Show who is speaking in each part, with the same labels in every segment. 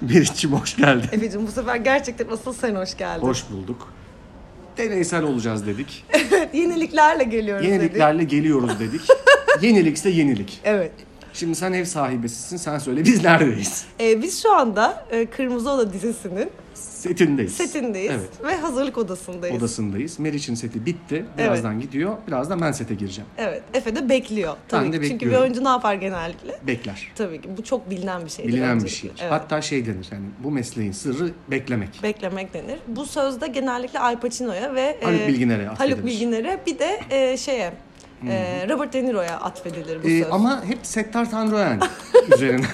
Speaker 1: Meriç'cim hoş geldin.
Speaker 2: Efe'cim bu sefer gerçekten asıl sen hoş geldin.
Speaker 1: Hoş bulduk. Deneysel olacağız dedik.
Speaker 2: Evet, yeniliklerle geliyoruz dedik.
Speaker 1: Yeniliklerle geliyoruz dedik. Yenilikse yenilik.
Speaker 2: Evet.
Speaker 1: Şimdi sen ev sahibesisin sen söyle biz neredeyiz?
Speaker 2: Ee, biz şu anda e, Kırmızı Oda dizisinin
Speaker 1: Setindeyiz.
Speaker 2: setindeyiz
Speaker 1: Evet.
Speaker 2: ve hazırlık odasındayız.
Speaker 1: Odasındayız. Meriç'in seti bitti. Birazdan gidiyor. Birazdan ben sete gireceğim.
Speaker 2: Evet. Efe de bekliyor. Tabii
Speaker 1: de
Speaker 2: ki. Çünkü bir
Speaker 1: bekliyorum.
Speaker 2: oyuncu ne yapar genellikle?
Speaker 1: Bekler.
Speaker 2: Tabii ki. Bu çok bilinen bir şeydir.
Speaker 1: Bilinen bir şey.
Speaker 2: öncelikle. Evet.
Speaker 1: Hatta şey denir yani bu mesleğin sırrı beklemek.
Speaker 2: Beklemek denir. Bu sözde genellikle Al Pacino'ya ve e,
Speaker 1: Haluk Bilginer'e
Speaker 2: Haluk
Speaker 1: atfedilir.
Speaker 2: Bilginer'e bir de e, şeye e, Robert De Niro'ya atfedilir bu
Speaker 1: Ee,
Speaker 2: söz.
Speaker 1: ama hep Settar Tanrıoğan üzerine.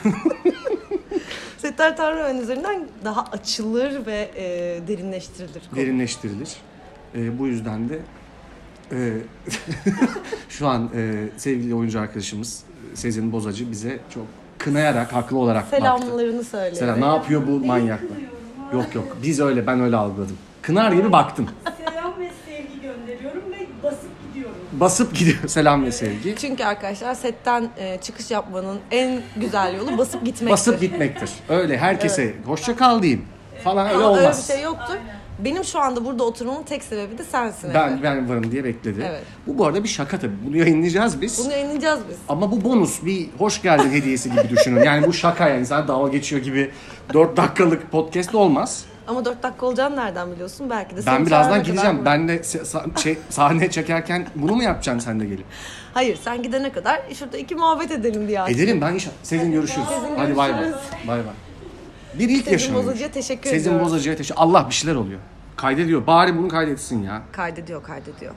Speaker 2: Settar Tanrı'nın üzerinden daha açılır ve e, derinleştirilir. konu.
Speaker 1: derinleştirilir. Ee, bu yüzden de e, şu an e, sevgili oyuncu arkadaşımız Sezin Bozacı bize çok kınayarak haklı olarak baktı.
Speaker 2: Selamlarını söyle.
Speaker 1: Selam. Ne yapıyor bu manyaklar? Yok yok. Biz öyle ben öyle algıladım. Kınar gibi baktım.
Speaker 3: Selam ve sevgi gönderiyorum ve basıp gidiyorum.
Speaker 1: Basıp gidiyor. Selam ve sevgi.
Speaker 2: Çünkü arkadaşlar setten e, çıkış yapmanın en güzel yolu basıp gitmektir.
Speaker 1: Basıp gitmektir. Öyle herkese hoşça kal diyeyim falan öyle
Speaker 2: Ama öyle
Speaker 1: olmaz.
Speaker 2: bir şey yoktur. Benim şu anda burada oturmamın tek sebebi de sensin. Efe.
Speaker 1: Ben ben varım diye bekledi.
Speaker 2: Evet.
Speaker 1: Bu bu arada bir şaka tabii. Bunu yayınlayacağız biz.
Speaker 2: Bunu yayınlayacağız biz.
Speaker 1: Ama bu bonus bir hoş geldin hediyesi gibi düşünün. Yani bu şaka yani sana dalga geçiyor gibi 4 dakikalık podcast olmaz.
Speaker 2: Ama 4 dakika olacağını nereden biliyorsun? Belki de
Speaker 1: Ben
Speaker 2: seni
Speaker 1: birazdan
Speaker 2: çağırana
Speaker 1: gideceğim.
Speaker 2: kadar-
Speaker 1: Ben de se- sa- şey, sahne çekerken bunu mu yapacaksın sen de gelip?
Speaker 2: Hayır sen gidene kadar şurada iki muhabbet edelim diye. açtım.
Speaker 1: Ederim ben inşallah. Sezin görüşürüz.
Speaker 2: Sezin
Speaker 1: Hadi bay bay.
Speaker 2: görüşürüz.
Speaker 1: Bay bay. Bir ilk
Speaker 2: Sezin
Speaker 1: yaşanıyor.
Speaker 2: Bozacı'ya teşekkür
Speaker 1: Sezin
Speaker 2: ediyorum.
Speaker 1: Bozacı'ya teşekkür Allah bir şeyler oluyor. Kaydediyor. Bari bunu kaydetsin ya.
Speaker 2: Kaydediyor kaydediyor.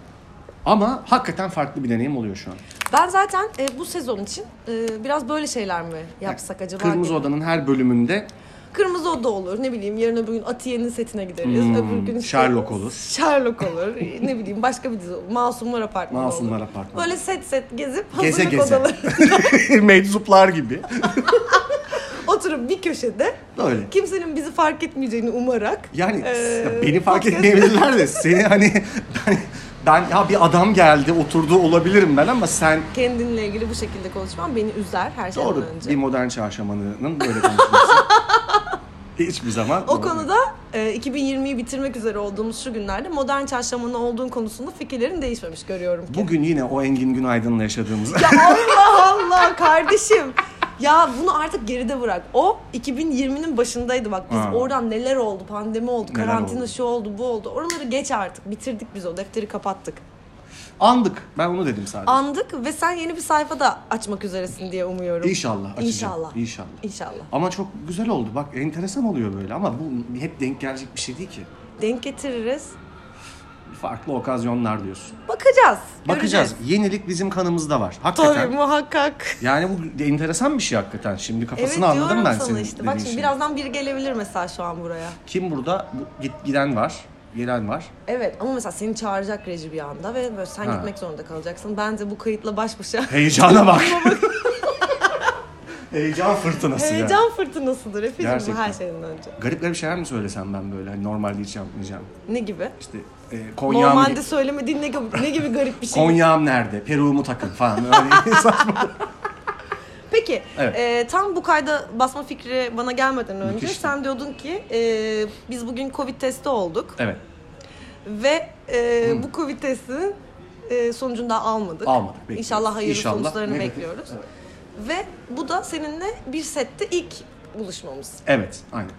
Speaker 1: Ama hakikaten farklı bir deneyim oluyor şu an.
Speaker 2: Ben zaten e, bu sezon için e, biraz böyle şeyler mi yapsak acaba?
Speaker 1: Kırmızı
Speaker 2: diye.
Speaker 1: Oda'nın her bölümünde
Speaker 2: Kırmızı Oda olur. Ne bileyim yarın öbür gün Atiye'nin setine gideriz. öbür gün işte-
Speaker 1: Hmm, Sherlock olur.
Speaker 2: Sherlock olur. ne bileyim başka bir dizi olur. Masumlar Apartmanı
Speaker 1: Masumlar
Speaker 2: olur.
Speaker 1: Apartmanı.
Speaker 2: Böyle set set gezip
Speaker 1: Geze
Speaker 2: hazırlık
Speaker 1: geze.
Speaker 2: odaları
Speaker 1: meczuplar gibi.
Speaker 2: oturup bir köşede
Speaker 1: Böyle.
Speaker 2: kimsenin bizi fark etmeyeceğini umarak
Speaker 1: Yani
Speaker 2: eee,
Speaker 1: ya beni fark
Speaker 2: Ee, podcast-
Speaker 1: etmeyebilirler de seni hani ben, ben ya bir adam geldi oturdu olabilirim ben ama sen
Speaker 2: kendinle ilgili bu şekilde konuşman beni üzer her şeyden
Speaker 1: doğru
Speaker 2: önce.
Speaker 1: bir modern çarşamanının böyle konuşması. Hiçbir zaman.
Speaker 2: O
Speaker 1: doğru değil.
Speaker 2: konuda e, 2020'yi bitirmek üzere olduğumuz şu günlerde modern çarşamana olduğun konusunda fikirlerin değişmemiş görüyorum ki.
Speaker 1: Bugün yine o Engin Günaydın'la yaşadığımız.
Speaker 2: Ya Allah Allah kardeşim. Ya bunu artık geride bırak. O 2020'nin başındaydı bak. Biz
Speaker 1: Ha.
Speaker 2: oradan neler oldu? Pandemi oldu,
Speaker 1: Neler
Speaker 2: karantina
Speaker 1: oldu?
Speaker 2: şu oldu, bu oldu. Oraları geç artık. Bitirdik biz o defteri kapattık.
Speaker 1: Andık. Ben onu dedim sadece.
Speaker 2: Andık ve sen yeni bir sayfa da açmak üzeresin diye umuyorum.
Speaker 1: İnşallah açacağım.
Speaker 2: İnşallah.
Speaker 1: İnşallah.
Speaker 2: İnşallah.
Speaker 1: Ama çok güzel oldu. Bak enteresan oluyor böyle ama bu hep denk gelecek bir şey değil ki.
Speaker 2: Denk getiririz.
Speaker 1: Farklı okazyonlar diyorsun.
Speaker 2: Bakacağız.
Speaker 1: Bakacağız.
Speaker 2: göreceğiz.
Speaker 1: Yenilik bizim kanımızda var. Hakikaten.
Speaker 2: Tabii muhakkak.
Speaker 1: Yani bu enteresan bir şey hakikaten. Şimdi
Speaker 2: Evet
Speaker 1: kafasını
Speaker 2: diyorum
Speaker 1: anladım ben
Speaker 2: sana
Speaker 1: senin
Speaker 2: işte.
Speaker 1: dediğin
Speaker 2: Bak şimdi
Speaker 1: şeyi.
Speaker 2: birazdan biri gelebilir mesela şu an buraya.
Speaker 1: Kim burada? Bu- git giden var, gelen var.
Speaker 2: Evet ama mesela seni çağıracak reji bir anda ve böyle sen
Speaker 1: Ha.
Speaker 2: gitmek zorunda kalacaksın. Bence bu kayıtla baş başa
Speaker 1: Heyecana bak. Heyecan fırtınası ya.
Speaker 2: Heyecan fırtınasıdır efendim bu
Speaker 1: Gerçekten.
Speaker 2: her şeyden önce.
Speaker 1: Garip garip şeyler mi söylesem ben böyle? Hani normalde hiç yapmayacağım.
Speaker 2: Ne gibi?
Speaker 1: İşte e, Konya'm,
Speaker 2: Normalde söylemediğin ne gibi, ne gibi garip bir şey.
Speaker 1: Konya'm nerede? Peruğumu takın falan. Öyle saçma.
Speaker 2: Peki
Speaker 1: Evet.
Speaker 2: e, tam bu kayda basma fikri bana gelmeden önce
Speaker 1: Müthişti.
Speaker 2: sen diyordun ki e, biz bugün covid testi olduk
Speaker 1: Evet.
Speaker 2: ve e, bu covid testinin e, sonucunu da almadık.
Speaker 1: Almadık, bekliyoruz.
Speaker 2: İnşallah hayırlı
Speaker 1: İnşallah
Speaker 2: sonuçlarını
Speaker 1: negatif.
Speaker 2: bekliyoruz.
Speaker 1: Evet.
Speaker 2: Ve bu da seninle bir sette ilk buluşmamız.
Speaker 1: Evet. Aynen.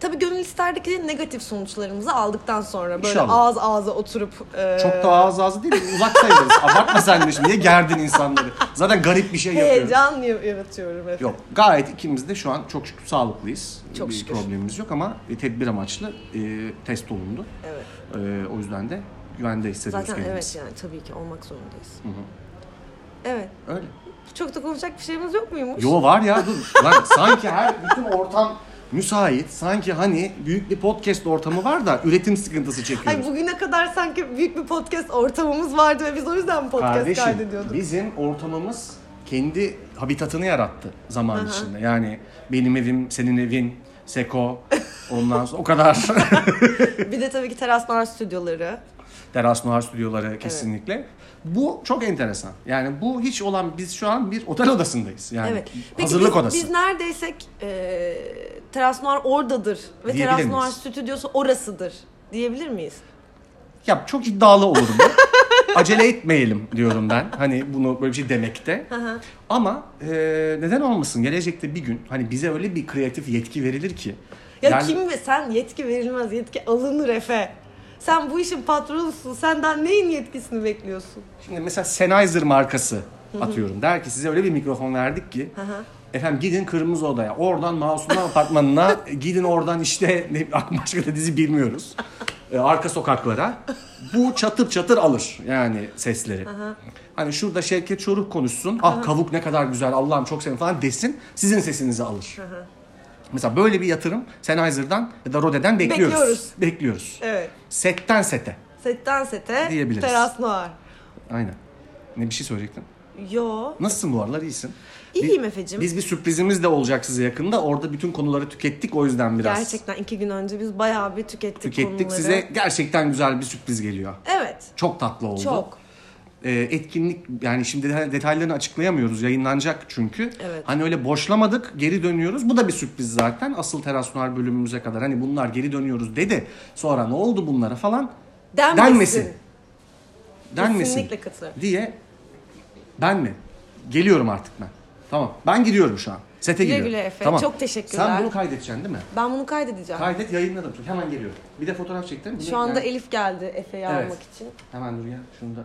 Speaker 2: Tabii gönül isterdi ki negatif sonuçlarımızı aldıktan sonra böyle
Speaker 1: İnşallah.
Speaker 2: ağız ağza oturup e,
Speaker 1: Çok da ağız ağzı değil. Uzak sayılırız. Abartma sen de şimdi. Niye gerdin insanları? Zaten garip bir şey yapıyoruz.
Speaker 2: heyecan yaratıyorum efendim.
Speaker 1: Yok gayet ikimiz de şu an çok şükür sağlıklıyız.
Speaker 2: Çok
Speaker 1: bir
Speaker 2: şükür.
Speaker 1: problemimiz yok ama e, tedbir amaçlı e, test olundu.
Speaker 2: Evet.
Speaker 1: E, o yüzden de güvende hissediyoruz
Speaker 2: Zaten
Speaker 1: kendimizi.
Speaker 2: evet yani tabii ki olmak zorundayız. Evet.
Speaker 1: Öyle.
Speaker 2: Çok da konuşacak bir şeyimiz yok muymuş?
Speaker 1: Yo var ya dur. Lan sanki her bütün ortam müsait. Sanki hani büyük bir podcast ortamı var da üretim sıkıntısı
Speaker 2: Ay
Speaker 1: çekiyoruz.
Speaker 2: bugüne kadar sanki büyük bir podcast ortamımız vardı ve biz o yüzden podcast
Speaker 1: Kardeşim
Speaker 2: kaydediyorduk.
Speaker 1: bizim ortamımız kendi habitatını yarattı zaman içinde. Yani benim evim, senin evin, Seko ondan sonra o kadar
Speaker 2: Bir de tabii ki Teraslar stüdyoları.
Speaker 1: Teras Noir stüdyoları kesinlikle. Bu çok enteresan. Yani bu hiç olan biz şu an bir otel odasındayız. Yani
Speaker 2: Evet. Peki
Speaker 1: hazırlık
Speaker 2: biz,
Speaker 1: odası.
Speaker 2: biz neredeysek e, Teras Noir oradadır ve
Speaker 1: Diyebilir
Speaker 2: Teras Noir
Speaker 1: miyiz?
Speaker 2: stüdyosu orasıdır diyebilir miyiz?
Speaker 1: Ya çok iddialı olur bu. Acele etmeyelim diyorum ben. Hani bunu böyle bir şey demekte. Ama e, neden olmasın? Gelecekte bir gün hani bize öyle bir kreatif yetki verilir ki.
Speaker 2: Ya
Speaker 1: Yani-
Speaker 2: kim ve sen yetki verilmez yetki alınır Efe. Sen bu işin patronusun. Senden neyin yetkisini bekliyorsun?
Speaker 1: Şimdi mesela Sennheiser markası atıyorum. Der ki size öyle bir mikrofon verdik ki
Speaker 2: hı.
Speaker 1: efendim gidin Kırmızı Oda'ya. Oradan Masumlar Apartmanı'na gidin oradan işte ne, başka da dizi bilmiyoruz. E, arka sokaklara. Bu çatır çatır alır yani sesleri. Hani şurada Şevket Çoruh konuşsun. Ah kavuk ne kadar güzel Allah'ım çok seviyorum falan desin. Sizin sesinizi alır. Mesela böyle bir yatırım Sennheiser'dan ya da Rode'den bekliyoruz.
Speaker 2: Bekliyoruz.
Speaker 1: Bekliyoruz.
Speaker 2: Evet.
Speaker 1: Setten sete.
Speaker 2: Setten sete
Speaker 1: Diyebiliriz.
Speaker 2: Teras Noir.
Speaker 1: Aynen. Ne bir şey söyleyecektim.
Speaker 2: Yo.
Speaker 1: Nasılsın bu aralar? İyisin.
Speaker 2: İyiyim
Speaker 1: Bi-
Speaker 2: Efe'cim.
Speaker 1: Biz bir sürprizimiz de olacak size yakında. Orada bütün konuları tükettik o yüzden biraz.
Speaker 2: Gerçekten iki gün önce biz bayağı bir tükettik,
Speaker 1: Tükettik
Speaker 2: konuları.
Speaker 1: size gerçekten güzel bir sürpriz geliyor.
Speaker 2: Evet.
Speaker 1: Çok tatlı oldu.
Speaker 2: Çok.
Speaker 1: Ee, etkinlik yani şimdi de- detaylarını açıklayamıyoruz yayınlanacak çünkü.
Speaker 2: Evet.
Speaker 1: Hani öyle boşlamadık geri dönüyoruz. Bu da bir sürpriz zaten asıl Teras Noir bölümümüze kadar. Hani bunlar geri dönüyoruz dedi. Sonra ne oldu bunlara falan
Speaker 2: Denmesin.
Speaker 1: denmesin. Denmesin.
Speaker 2: Kesinlikle katılıyorum.
Speaker 1: Diye ben mi? Geliyorum artık ben. Tamam. Ben gidiyorum şu an. Sete
Speaker 2: Güle
Speaker 1: gidiyorum.
Speaker 2: güle Efe.
Speaker 1: Tamam.
Speaker 2: Çok teşekkürler.
Speaker 1: Sen bunu kaydedeceksin değil mi?
Speaker 2: Ben bunu kaydedeceğim.
Speaker 1: Kaydet yayınladım. Çünkü hemen geliyorum. Bir de fotoğraf çektim.
Speaker 2: Şu anda Elif geldi Efe'yi almak için.
Speaker 1: Hemen dur ya. Şunu da.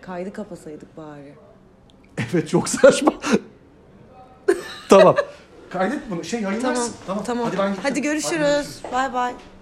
Speaker 2: Kaydı kapasaydık bari.
Speaker 1: Evet çok saçma. tamam. Kaydet bunu. Şey yayınlarsın. Tamam.
Speaker 2: Tamam.
Speaker 1: Hadi ben gittim.
Speaker 2: Hadi görüşürüz. Bay bay.